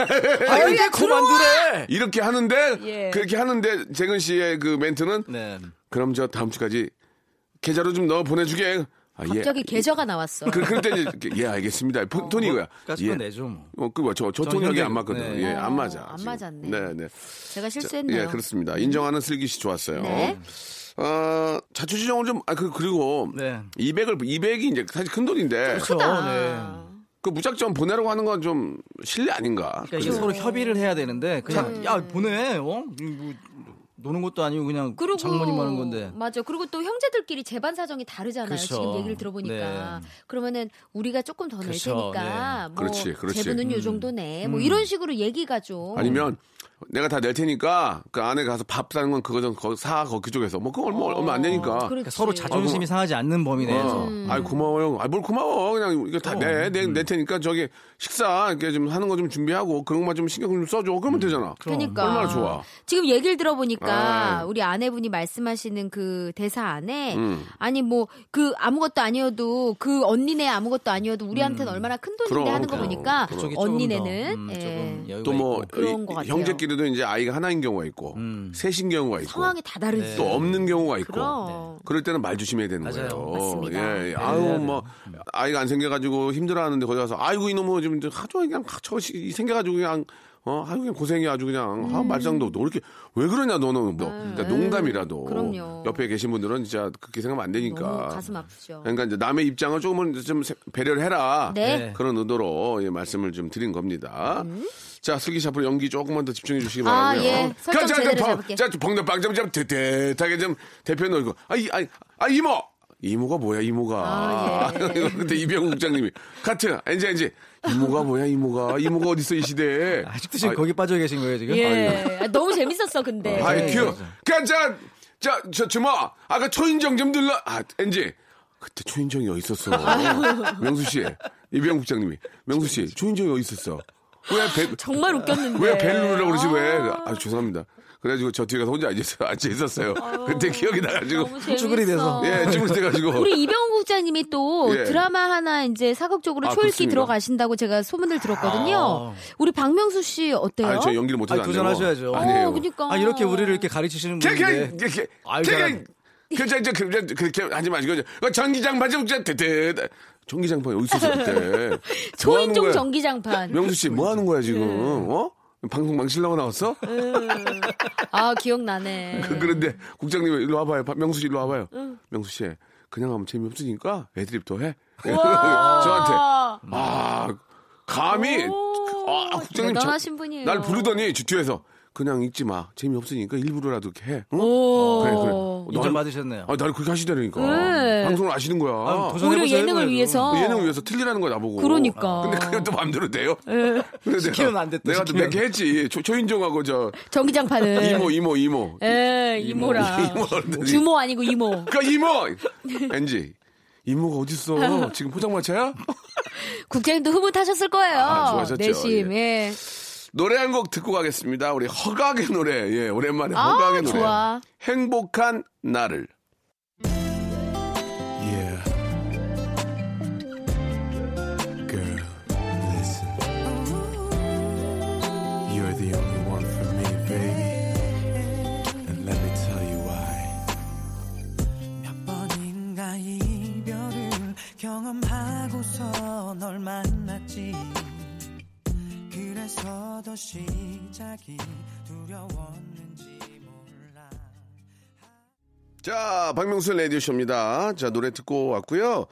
아유 이제 그만두래. 이렇게 하는데, 예. 그렇게 하는데, 재근 씨의 그 멘트는, 네. 그럼 저 다음 주까지 계좌로 좀 넣어 보내주게. 아, 예. 갑자기 계좌가 나왔어. 그, 그럴 때 이제, 예, 알겠습니다. 어, 폰- 톤이 이거야. 가스건 예. 내줘 뭐. 어, 그거, 저, 저 저는 톤이 여기 현대- 안 맞거든. 요 네. 예, 안 맞아. 어, 안 지금. 맞았네. 네, 네. 제가 자, 실수했네요. 음. 예, 그렇습니다. 인정하는 슬기 씨 좋았어요. 네. 어, 자초지종을 좀, 아, 그, 그리고 네. 200을, 200이 이제 사실 큰 돈인데 그렇죠. 네. 그 무작정 보내라고 하는 건 좀 실례 아닌가. 그러니까 이게 서로 협의를 해야 되는데 그냥 야 보내 어? 이 뭐, 노는 것도 아니고 그냥 그리고 장모님 하는 건데 맞아. 그리고 또 형제들끼리 재반 사정이 다르잖아요. 그쵸. 지금 얘기를 들어보니까 네. 그렇죠. 그러면은 우리가 조금 더 낼 그쵸, 테니까 뭐 그렇지, 그렇지. 재분은 음. 요 정도네. 뭐 이런 식으로 얘기가 좀 아니면 내가 다 낼 테니까 그 안에 가서 밥 사는 건 그거 좀 거기 사, 거기 쪽에서. 뭐 아, 그거 얼마, 얼마 안 되니까. 그렇지. 그러니까 서로 자존심이 상하지 않는 범위 내에서 음. 어. 어. 아이 고마워요. 아뭘 고마워. 그냥 이거 다 내, 내, 내 테니까 저기 식사 이렇게 좀 하는 거 좀 준비하고 그런 것만 좀 신경 좀 써줘. 음. 그러면 되잖아. 그러니까 얼마나 좋아. 지금 얘기를 들어보니까 아. 우리 아내분이 말씀하시는 그 대사 안에 음. 아니 뭐 그 아무것도 아니어도 그 언니네 아무것도 아니어도 우리한테는 얼마나 큰 돈인데 그럼, 하는 거 그럼, 그럼. 보니까 음. 그쪽이 조금 언니네는 더, 음, 예. 조금 여유가 또 뭐 있고. 그런 것 같아요. 형제끼리도 이제 아이가 하나인 경우가 있고 음. 셋인 경우가 있고 상황이 다 다르지. 네. 또 없는 경우가 있고 네. 그럼. 그럴 때는 말 조심해야 되는 맞아요. 거예요. 맞습니다. 예, 예. 아유 뭐 아이가 안 생겨가지고 힘들어하는데 거기 가서 아이고 이놈은 지금 하도 그냥 저거 시- 생겨가지고 그냥 어 아유 그냥 고생이 아주 그냥 아, 음. 말상도 너 이렇게 왜 그러냐 너는 뭐 그러니까 농담이라도 네. 음, 그럼요. 옆에 계신 분들은 진짜 그렇게 생각하면 안 되니까 너무 가슴 아프죠. 그러니까 이제 남의 입장을 조금은 좀 세- 배려를 해라 네. 음. 그런 의도로 예, 말씀을 좀 드린 겁니다. 자 슬기 샤프로 연기 조금만 더 집중해 주시기 아, 바라고요. 예. 설정 자, 자, 제대로 방- 잡을게. 자, 벙 빵점 좀 대대하게 좀 대표 놓고. 아, 이, 아, 이- 아, 이모. 이모가 뭐야 이모가. 아, 그때 이병욱 국장님이 같은 엔지 엔지 이모가 뭐야 이모가 이모가 어디 있어 이 시대에. 아직도 지금 거기 빠져 계신 거예요 지금? 예. 아, 너무 재밌었어 근데. 아이 네, 큐. 맞아. 가자. 자, 저 주모. 아까 초인종 좀 눌러. 아, 엔지. 그때 초인종이 어디 있었어? 명수 씨. 이병욱 국장님이. 명수 씨, 초인종이 어디 있었어? 왜 배, 정말 웃겼는데. 왜 벨을 누르라고 그러지 왜? 아 죄송합니다. 그래가지고 저 뒤에 가서 혼자 앉아있어요. 앉아있었어요. 그때 기억이 나가지고. 너무 재밌어. 쭈그리 돼서. 예, 쭈그리 돼가지고. 우리 이병호 국장님이 또 예. 드라마 하나 이제 사극적으로 아, 초읽기 그렇습니까? 들어가신다고 제가 소문을 들었거든요. 아. 우리 박명수 씨 어때요? 아니, 저 연기를 못해서 아, 안 되고. 도전하셔야죠. 아니에요. 어, 그 그니까. 아 이렇게 우리를 이렇게 가르치시는 개, 개, 분인데 개, 개. 아유, 개, 개. 잘한다. 그저 이제 그저 그렇게 하지 마시고 이제 어, 전기장 바지 진짜 대대 전기장 바지 어디 있었어 그때 뭐 하는 초인종 거야? 전기장판. 네. 명수 씨 뭐 하는 거야 지금 어 방송 망치려고 나왔어 아 기억나네. 그- 그런데 국장님 일로 와봐요. 바- 명수 씨 일로 와봐요. 명수 씨 그냥 하면 재미없으니까 애드립 더 해. 저한테 아 감히 아 국장님 저- 대단하신 분이에요. 날 부르더니 저 뒤에서 그냥 읽지 마 재미없으니까 일부러라도 이렇게 해. 응? 어, 오. 그래 그래. 뭐 인정 날- 받으셨네요. 아 나를 그렇게 하시다니까. 네. 방송을 아시는 거야. 그 아유, 도전- 오히려 도전해보세요, 예능을 이거예요. 위해서. 예능 위해서 틀리라는 거야 나보고. 아. 그러니까. 근데 그게 또 마음대로 돼요? 그래, 시키면 안 됐다, 내가 또 시키면. 몇 개 했지. 초, 초인종하고 저 전기장판은. 이모 이모 이모. 예, 이모라. 이모 어른들이. 주모 아니고 이모. 그러니까 이모 엔지 이모가 어딨어 지금 포장마차야 국장님도 흐뭇하셨을 거예요. 아, 좋아하셨죠. 내심. 예. 예. 노래 한 곡 듣고 가겠습니다 우리 허각의 노래 예 오랜만에 아, 허각의 노래 좋아. 행복한 나를 예 girl listen you're the only one for me baby and let me tell you why 몇 번인가 이별을 경험하고서 널 만났지 그래서 더 시작이 두려웠는지 몰라 자, 박명수 레디오쇼입니다. 자, 노래 듣고 왔고요.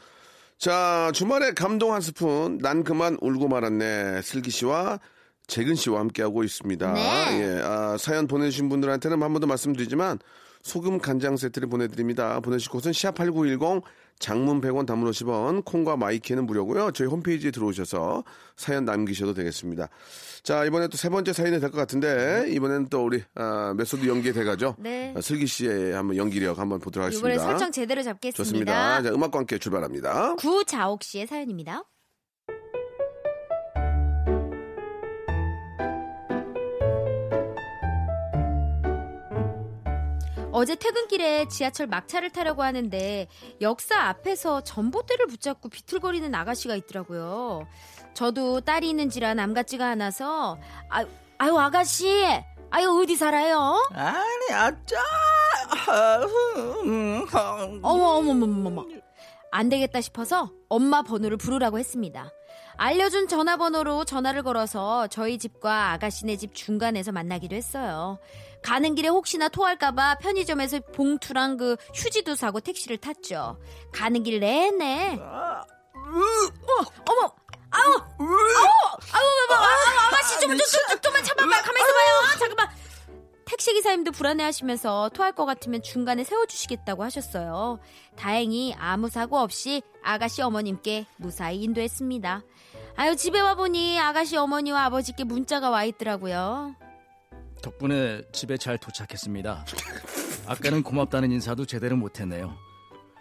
자, 주말에 감동 한 스푼, 난 그만 울고 말았네. 슬기 씨와 재근 씨와 함께하고 있습니다. 네. 예, 아, 사연 보내주신 분들한테는 한 번 더 말씀드리지만, 소금 간장 세트를 보내드립니다. 보내실 곳은 샵8910, 장문 100원, 단문 50원, 콩과 마이키는 무료고요. 저희 홈페이지에 들어오셔서 사연 남기셔도 되겠습니다. 자, 이번에 또 세 번째 사연이 될 것 같은데, 이번에는 또 우리, 아, 메소드 연기돼가죠? 네. 아, 슬기 씨의 한번 연기력 한번 보도록 하겠습니다. 이번에 설정 제대로 잡겠습니다. 좋습니다. 자, 음악과 함께 출발합니다. 구자옥 씨의 사연입니다. 어제 퇴근길에 지하철 막차를 타려고 하는데 역사 앞에서 전봇대를 붙잡고 비틀거리는 아가씨가 있더라고요. 저도 딸이 있는지라 남 같지가 않아서 아, 아유 아가씨 아유 어디 살아요? 아니 아짜 어머 어머 어머 어머 안 되겠다 싶어서 엄마 번호를 부르라고 했습니다. 알려준 전화번호로 전화를 걸어서 저희 집과 아가씨네 집 중간에서 만나기로 했어요. 가는 길에 혹시나 토할까봐 편의점에서 봉투랑 그 휴지도 사고 택시를 탔죠. 가는 길 내내. 어, 어머! 아우! 아우! 아우, 아우, 아우, 아가씨 좀, 좀, 좀, 좀만 참아봐. 가만히 있어봐요. 아, 잠깐만. 택시기사님도 불안해하시면서 토할 것 같으면 중간에 세워주시겠다고 하셨어요. 다행히 아무 사고 없이 아가씨 어머님께 무사히 인도했습니다. 아유, 집에 와보니 아가씨 어머니와 아버지께 문자가 와 있더라고요. 덕분에 집에 잘 도착했습니다. 아까는 고맙다는 인사도 제대로 못했네요.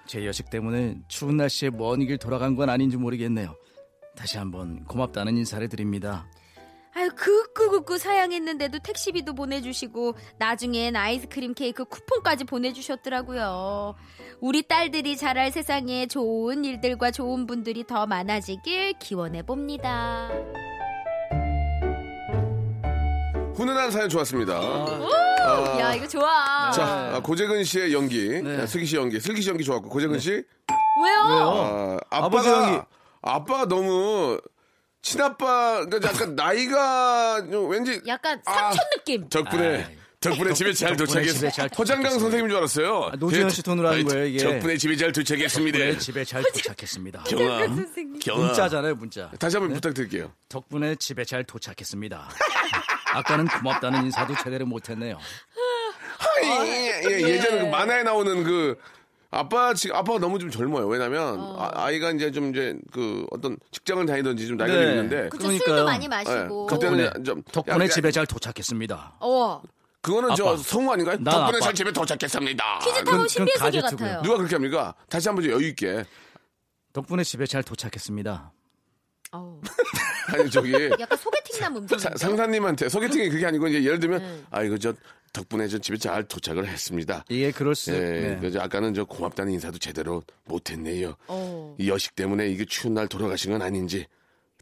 제 여식 때문에 추운 날씨에 먼 길 돌아간 건 아닌지 모르겠네요. 다시 한번 고맙다는 인사를 드립니다. 아유, 그윽그윽그 사양했는데도 택시비도 보내주시고, 나중엔 아이스크림 케이크 쿠폰까지 보내주셨더라고요. 우리 딸들이 자랄 세상에 좋은 일들과 좋은 분들이 더 많아지길 기원해봅니다. 훈훈한 사연 좋았습니다. 아, 야, 이거 좋아. 자, 아, 고재근 씨의 연기, 네. 아, 슬기 씨 연기, 슬기 씨 연기 좋았고 고재근 씨 왜요? 아, 어. 아버지 아빠가 연기. 아빠가 너무 친아빠 그러니까 약간 나이가 좀 왠지 약간 아. 삼촌 느낌. 덕분에 덕분에 집에 잘 아, 네. 덕분에 집에 도착했어요. 잘 허장강 도착했습니다. 선생님 줄 알았어요. 아, 노지현 씨 톤으로 하는 아이, 거예요, 이게. 덕분에 집에 잘 도착했습니다. 덕분에 집에 잘 도착했습니다. 경아, 경아. 문자잖아요, 네. 문자. 다시 한번 부탁드릴게요. 덕분에 집에 잘 도착했습니다. 아까는 고맙다는 인사도 제대로 못했네요. 아, 예, 예전에 그 만화에 나오는 그 아빠 지금 아빠가 너무 좀 젊어요. 왜냐면 아, 이가 이제 좀 이제 그 어떤 직장을 다니든지 좀 나이가 네. 있는데 그쵸, 그러니까요. 술도 많이 예, 마시고. 그때는 덕분에, 좀 덕분에 약간- 집에 잘 도착했습니다. 어, 그거는 저 아빠. 성우 아닌가요? 난 덕분에 아빠. 잘 집에 도착했습니다. 퀴즈 그건- 타고 그건 신비의 세계 가제트고요. 같아요. 누가 그렇게 합니까? 다시 한번 좀 여유 있게. 덕분에 집에 잘 도착했습니다. 어우, 아니 저기 약간 소개팅남 음성. 사- 상사님한테 소개팅이 그게 아니고 이제 예를 들면 네. 아 이거 저 덕분에 저 집에 잘 도착을 했습니다. 이게 그럴 수. 예, 네. 그래서 아까는 저 고맙다는 인사도 제대로 못했네요. 어. 이 여식 때문에 이게 추운 날 돌아가신 건 아닌지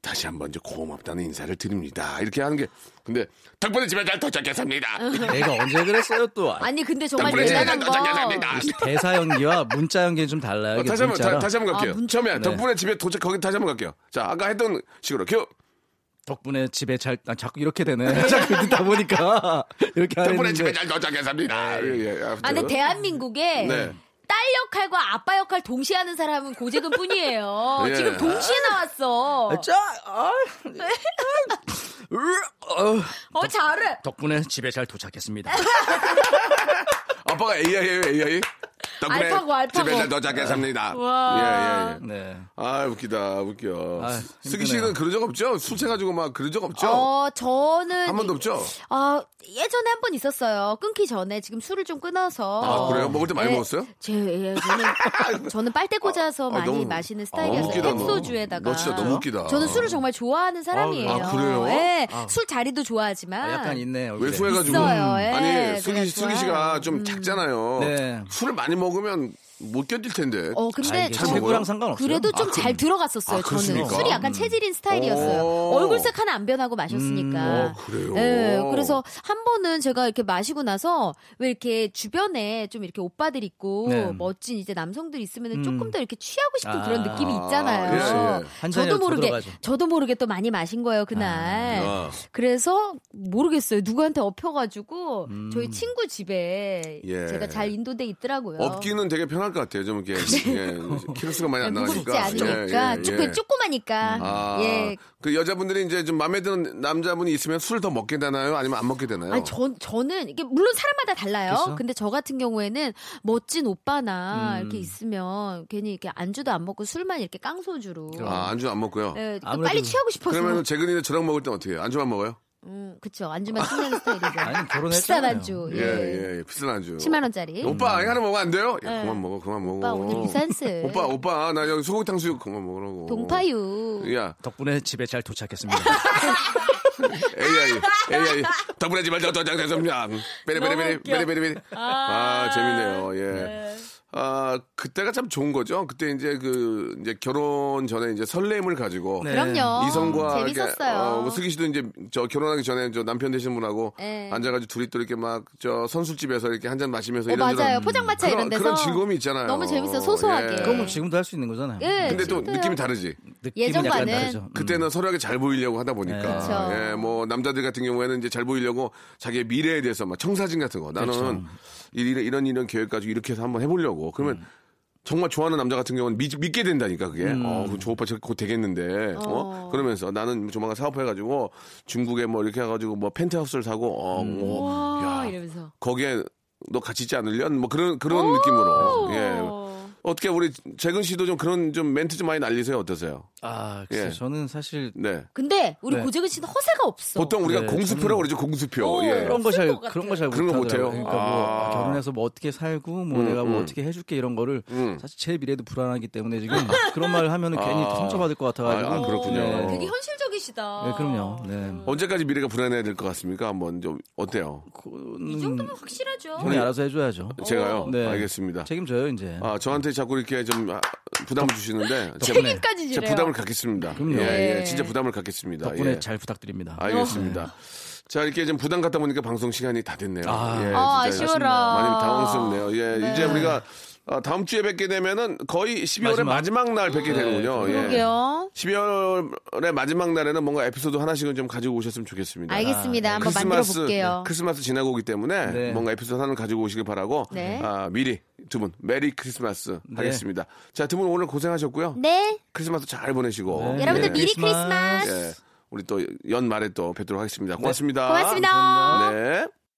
다시 한번 저 고맙다는 인사를 드립니다. 이렇게 하는 게 근데 덕분에 집에 잘 도착했습니다. 내가 언제 그랬어요 또? 아니, 근데 정말 덕분에 집에 잘 대단한 거. 도착했습니다. 대사 연기와 문자 연기는 좀 달라요. 어, 이게 다시 한번 문자랑. 다, 다시 한번 갈게요. 아, 문자. 처음에 네. 덕분에 집에 도착 거기 다시 한번 갈게요. 자 아까 했던 식으로 큐. 덕분에 집에 잘 아, 자꾸 이렇게 되네. 자꾸 듣다 보니까 이렇게 덕분에 하는데 집에 잘 도착했습니다. 예, 예, 아무튼. 아, 근데 대한민국에 네. 딸 역할과 아빠 역할 동시에 하는 사람은 고재근 뿐이에요. 예. 지금 동시에 나왔어. 자, 아, 으, 어. 어, 잘해. 덕분에 집에 잘 도착했습니다. 아빠가 AI예요 AI. 덕분에 알파고, 알파고. 집에 잘 도착했습니다. 와. 예, 예, 예. 네. 아 웃기다 웃겨. 아유, 슬기 힘드네요. 씨는 그런 적 없죠? 술 채가지고 막 그런 적 없죠? 어, 저는. 한 번도 없죠? 어, 예전에 한 번 있었어요. 끊기 전에 지금 술을 좀 끊어서. 아, 그래요? 먹을 때 많이 예, 먹었어요? 제, 예, 저는, 저는 빨대 꽂아서 많이 너무- 마시는 아, 스타일이어서 웃기다, 너. 햇소주에다가. 너 진짜 너무 웃기다. 저는 술을 정말 좋아하는 사람이에요. 아, 그래요? 예, 술 자리도 좋아하지만. 아, 약간 있네. 얼굴에. 외소해가지고 있어요, 예. 아니 슬기, 그래서 음. 슬기 씨가 좀 작잖아요. 네. 술을 많이 먹으면 못 견딜 텐데. 어, 근데 이게 저 체구랑 그 상관없어요. 그래도 좀 잘 들어갔었어요. 아, 저는 그렇습니까? 술이 약간 체질인 음. 스타일이었어요. 오. 얼굴색 하나 안 변하고 어, 마셨으니까. 그래요. 예, 그래서 한 번은 제가 이렇게 마시고 나서 왜 이렇게 주변에 좀 이렇게 오빠들 있고 네. 멋진 이제 남성들 있으면 은 음. 조금 더 이렇게 취하고 싶은 아. 그런 느낌이 아, 있잖아요. 예, 예. 한 잔이라도 저도 더 모르게 들어가죠. 아. 저도 모르게 또 많이 마신 거예요 그날. 아, 그래서 모르겠어요 누구한테 엎혀가지고 음. 저희 친구 집에 예. 제가 잘 인도돼 있더라고요. 업기는 되게 편할 것 같아요. 좀 이렇게 예, 키로수가 많이 안 무겁지 나가니까. 아, 예, 않으니까 조금 조그마니까 아, 예. 그 여자분들이 이제 좀 마음에 드는 남자분이 있으면 술 더 먹게 되나요? 아니면 안 먹게 되나요? 그렇죠. 아니 전 저는 이게 물론 사람마다 달라요. 그쵸? 근데 저 같은 경우에는 멋진 오빠나 음. 이렇게 있으면 괜히 이렇게 안주도 안 먹고 술만 이렇게 깡소주로 아, 안주 안 먹고요. 예, 또 아무래도- 빨리 취하고 싶어서 그러면 재근이는 저랑 먹을 땐 어떻게 해요? 안주만 먹어요? 음, 그쵸 안주만 신나는 스타일이죠. 아니, 비싼 결혼했잖아요. 안주 예, 예. 예, 예. 비싼 안주. 10만 원짜리. 오빠, 이거 하나 먹으면 안 돼요? 야, 그만 먹어, 그만 먹어. 예. 오빠 오늘 비싼스. 오빠, 어. 오빠, 나 여기 소고기 탕수육 그만 먹으라고. 동파유. 야, 덕분에 집에 잘 도착했습니다. 네. AI, AI. 덕분에 집말 더장장장장. 베리베리베리, 베리베리베리. 아, 재밌네요. 아, 예. 아, 그때가 참 좋은 거죠. 그때 이제 그 이제 결혼 전에 이제 설렘을 가지고 네. 그럼요. 이성과 이렇게, 어, 재밌었어요. 어, 뭐 슬기 씨도 이제 저 결혼하기 전에 저 남편 되신 분하고 네. 앉아가지고 둘이 또 이렇게 막 저 선술집에서 이렇게 한 잔 마시면서 어, 이런저런 맞아요. 포장마차 그런, 이런 데서 그런 즐거움이 있잖아요. 예. 너무 재밌어요. 소소하게. 그건 뭐 지금도 할 수 있는 거잖아요. 예, 근데 또 지금도요. 느낌이 다르지. 느낌이 약간 예전과는. 다르죠. 음. 그때는 서로에게 잘 보이려고 하다 보니까 네. 그쵸. 예, 뭐 남자들 같은 경우에는 이제 잘 보이려고 자기의 미래에 대해서 막 청사진 같은 거 나는 이- 이런 이런 이런 계획 가지고 이렇게 해서 한번 해보려고 그러면 음. 정말 좋아하는 남자 같은 경우는 믿, 게 된다니까 그게 어저 오빠 저곧 되겠는데 어? 그러면서 나는 조만간 사업해가지고 중국에 뭐 이렇게 해가지고 뭐 펜트하우스를 사고 어 뭐, 와 야, 이러면서. 거기에 너 같이 있지 않을려? 뭐 그런 그런 느낌으로 예 어떻게 우리 재근 씨도 좀 그런 좀 멘트 좀 많이 날리세요 어떠세요? 아, 글쎄 예. 저는 사실 네. 근데 우리 네. 고재근 씨는 허세가 없어. 보통 우리가 네, 어, 공수표라고 그러죠 공수표. 오, 예. 없을 그런 거 것 잘 같아. 그런 거 잘 그런 거 못하더라고요. 못해요? 그러니까 뭐 아. 결혼해서 뭐 어떻게 살고 뭐 내가 뭐 음. 어떻게 해줄게 이런 거를 음. 사실 제 미래도 불안하기 때문에 지금 그런 말 하면은 괜히 아. 상처받을 것 같아가지고. 어, 아, 아, 그렇군요. 네. 되게 현실적이시다. 네, 그럼요. 네. 언제까지 미래가 불안해야 될 것 같습니까? 한번 좀 어때요? 그거는 이 정도면 확실하죠. 형이 알아서 해줘야죠. 제가요. 네. 알겠습니다. 책임져요 이제. 아 저한테 자꾸 이렇게 좀 아, 부담을 주시는데 제, 책임까지 제 지래요. 부담을 갖겠습니다. 예, 그럼요. 예, 예. 진짜 부담을 갖겠습니다. 덕분에 예. 잘 부탁드립니다. 알겠습니다. 자 이렇게 좀 부담 갖다 보니까 방송 시간이 다 됐네요. 아. 예, 어. 아, 진짜 아쉬워라. 많이 당황스럽네요. 예, 이제 우리가 아, 다음 주에 뵙게 되면은 거의 12월의 마지막, 마지막. 날 뵙게 되는군요. 예. 네, 그러게요. 12월의 마지막 날에는 뭔가 에피소드 하나씩은 좀 가지고 오셨으면 예. 좋겠습니다. 네, 알겠습니다. 한번 만들어 볼게요. 크리스마스 지나고 오기 때문에 네. 뭔가 에피소드 하나 가지고 오시길 바라고 네. 아, 미리 두 분 메리 크리스마스 하겠습니다. 자, 두 분 오늘 고생하셨고요. 네. 크리스마스 잘 보내시고 네. 여러분들 예. 미리 크리스마스. 크리스마스. 예. 우리 또 연말에 또 뵙도록 하겠습니다. 네. 고맙습니다. 고맙습니다. 네.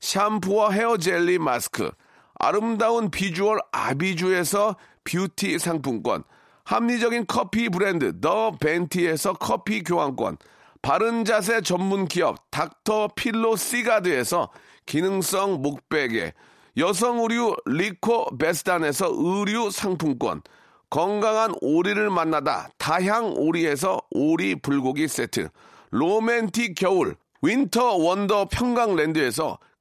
샴푸와 헤어 젤리 마스크, 아름다운 비주얼 아비주에서 뷰티 상품권, 합리적인 커피 브랜드 더 벤티에서 커피 교환권, 바른 자세 전문 기업 닥터 필로 시가드에서 기능성 목베개, 여성 의류 리코 베스단에서 의류 상품권, 건강한 오리를 만나다 다향 오리에서 오리 불고기 세트, 로맨틱 겨울 윈터 원더 평강랜드에서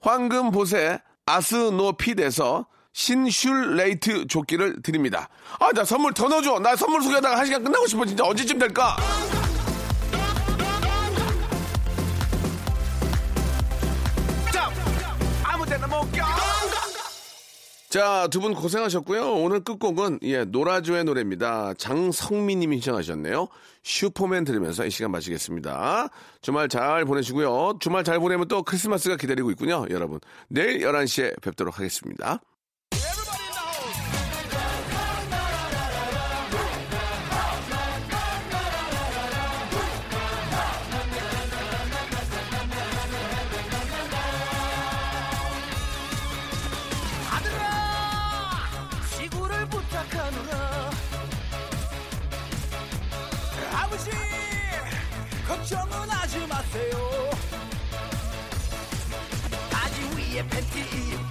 황금보세 아스노핏에서 신슐레이트 조끼를 드립니다. 아, 나 선물 더 넣어줘. 나 선물 소개하다가 한 시간 끝나고 싶어. 진짜 언제쯤 될까? 자, 두 분 고생하셨고요. 오늘 끝곡은 예, 노라조의 노래입니다. 장성민 님이 신청하셨네요. 슈퍼맨 들으면서 이 시간 마치겠습니다. 주말 잘 보내시고요. 주말 잘 보내면 또 크리스마스가 기다리고 있군요, 여러분. 내일 11시에 뵙도록 하겠습니다. 지구를 부탁하노라 아버지 걱정은 하지 마세요 바지 위에 팬티 입고